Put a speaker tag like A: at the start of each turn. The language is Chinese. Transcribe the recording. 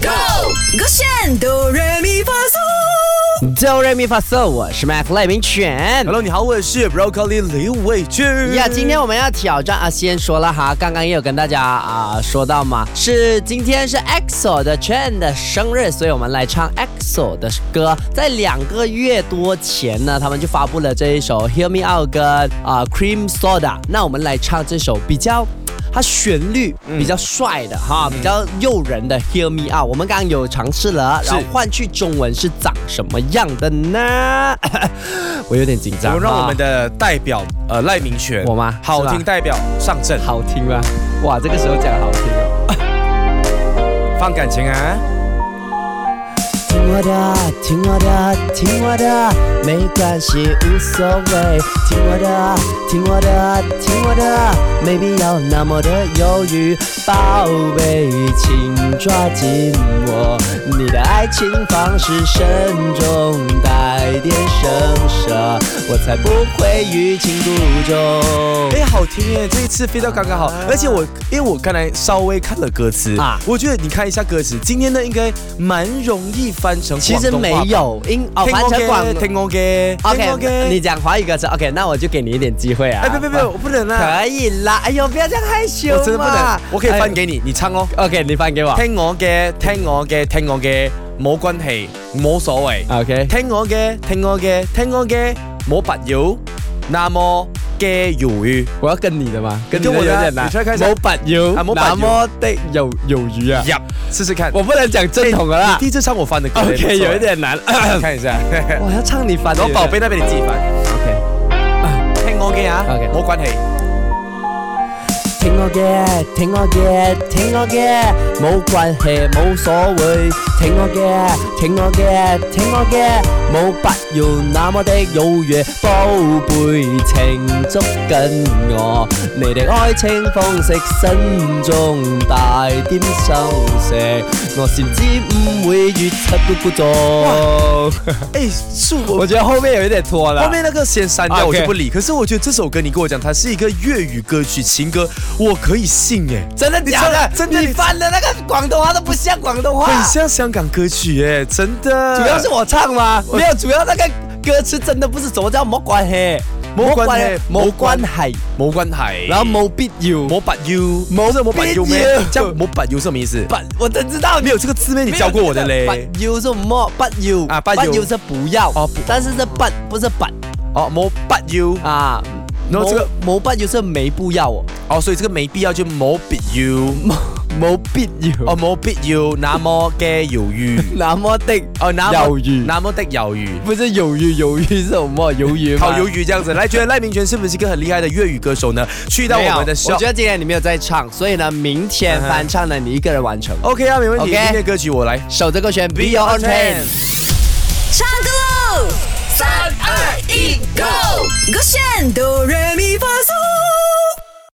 A: Go！我选哆来咪发嗦。
B: Do re mi fa so，我是 Mac 赖明犬。
C: Hello，你好，我是 Broccoli 刘伟君。
B: 呀，今天我们要挑战啊！先说了哈，刚刚也有跟大家啊、说到嘛，是今天是 EXO 的 Chen 的生日，所以我们来唱 EXO 的歌。在两个月多前呢，他们就发布了这一首 Hear Me Out 跟啊、Cream Soda。那我们来唱这首比较。它旋律
C: 嗯
B: 比较帅的、哈，比较诱人的《Hear Me Out》，我们刚刚有尝试了，然后换去中文是长什么样的呢？ 我有点紧张
C: 我
B: 啊。
C: 们让我们的代表呃赖明权，
B: 我吗
C: 好
B: 是吧
C: 听代表上阵，
B: 好听吗？哇，这个时候讲好听哦。
C: 放感情啊！
B: 听我的，听我的，听我的，没关系，无所谓。听我的，听我的，听我的，没必要那么的犹豫。宝贝，请抓紧我，你的爱情方式慎重，带点生涩，我才不会欲擒故纵。
C: 哎，好听耶，这一次飞到刚刚好，而且我因为我刚才稍微看了歌词
B: 嗯啊
C: 啊，我觉得你看一下歌词，今天的应该蛮容易翻成
B: 其实
C: 广东
B: 没
C: 话吧。
B: 有，因哦，
C: 听
B: 反正广
C: 我的，听我的，听我
B: OK，
C: 的。
B: 你讲华语歌词 OK，那我就给你一点机会啊。
C: 哎，别别别，我不能啦，
B: 可以啦。哎呦，不要这样害羞
C: 我真的不
B: 嘛
C: 能，我可以翻
B: 哎啊
C: 给你，你唱哦。
B: OK，你翻给我。
C: 听我嘅，聽我嘅，聽我嘅，冇關係，冇所謂。
B: OK，
C: 聽我嘅，聽我嘅，聽我嘅，冇必要。那麼嘅猶豫，
B: 我要跟你的吗？跟
C: 你
B: 你的
C: 跟
B: 有
C: 我的啊
B: 点难。
C: 你猜看一下
B: 某板油，
C: 啊某板
B: 那
C: 油
B: 么的有有余啊。
C: 入試試看。
B: 我不能讲正统的啦
C: 第。一次唱我翻的歌
B: OK，有一，
C: 也
B: 点 难。
C: 不错看一啊下。啊
B: 我要唱你翻的。
C: 我寶貝那邊你自己翻。
B: OK。
C: 聽我嘅啊
B: OK
C: 冇關係。
B: 聽我嘅，聽我嘅，聽我嘅，冇關係，冇所謂。聽我嘅，聽我嘅，聽我嘅，冇必要那麼的優越。寶貝，請捉緊我，你的愛情方式慎重，帶點修飾，我先知唔會越出不故作。
C: 哎，是我。
B: 我觉得后面有一点拖了
C: 后面那个先删
B: 啊
C: 掉，我
B: ，OK
C: 就不理。可是我觉得这首歌，你跟我讲，它是一个粤语歌曲情歌，我可以信哎。
B: 真的假的？
C: 真的
B: 你翻的那个广东话都不像广东话，
C: 很像香港歌曲耶，真的。
B: 主要是我唱吗？没有，主要那个歌词真的不是什么叫冇关系，
C: 冇關係
B: 冇关系，
C: 冇關係，
B: 然后冇必要，
C: 冇拔 U，
B: 冇
C: 不是冇拔 U 咩
B: 必要？
C: 这样冇拔 U 是什么意思？
B: 不，我真知道
C: 没有这个字面，你教过我的嘞。
B: 不要是么？不要
C: 啊不
B: 不
C: 要
B: 要是不要
C: 哦不
B: 但是这不不是不
C: 哦，冇拔 U，
B: 啊。
C: 然后这个
B: 冇冇不要是没不要哦，
C: 哦，所以这个没必要就冇必要，
B: 冇必要
C: 哦，冇必要那么嘅猶 豫，
B: 那么的
C: 哦，那
B: 猶
C: 么
B: 豫
C: 那么的猶豫。
B: 不是犹豫，犹豫是什么？犹豫
C: 烤
B: 吗？
C: 鱿鱼这样子，来，觉得赖明权是不是一个很厉害的粤语歌手呢？去到
B: 没有
C: 我们的
B: 我
C: shop
B: 觉得今天你没有在唱，所以呢，明天
C: 嗯哼
B: 翻唱呢，你一个人完成。
C: ，OK 啊，没问题。今
B: OK
C: 天的歌曲我来。
B: 守着勾选 Be Your Own Pain。
A: 唱歌喽！三二一，Go！我选哆来咪发嗦。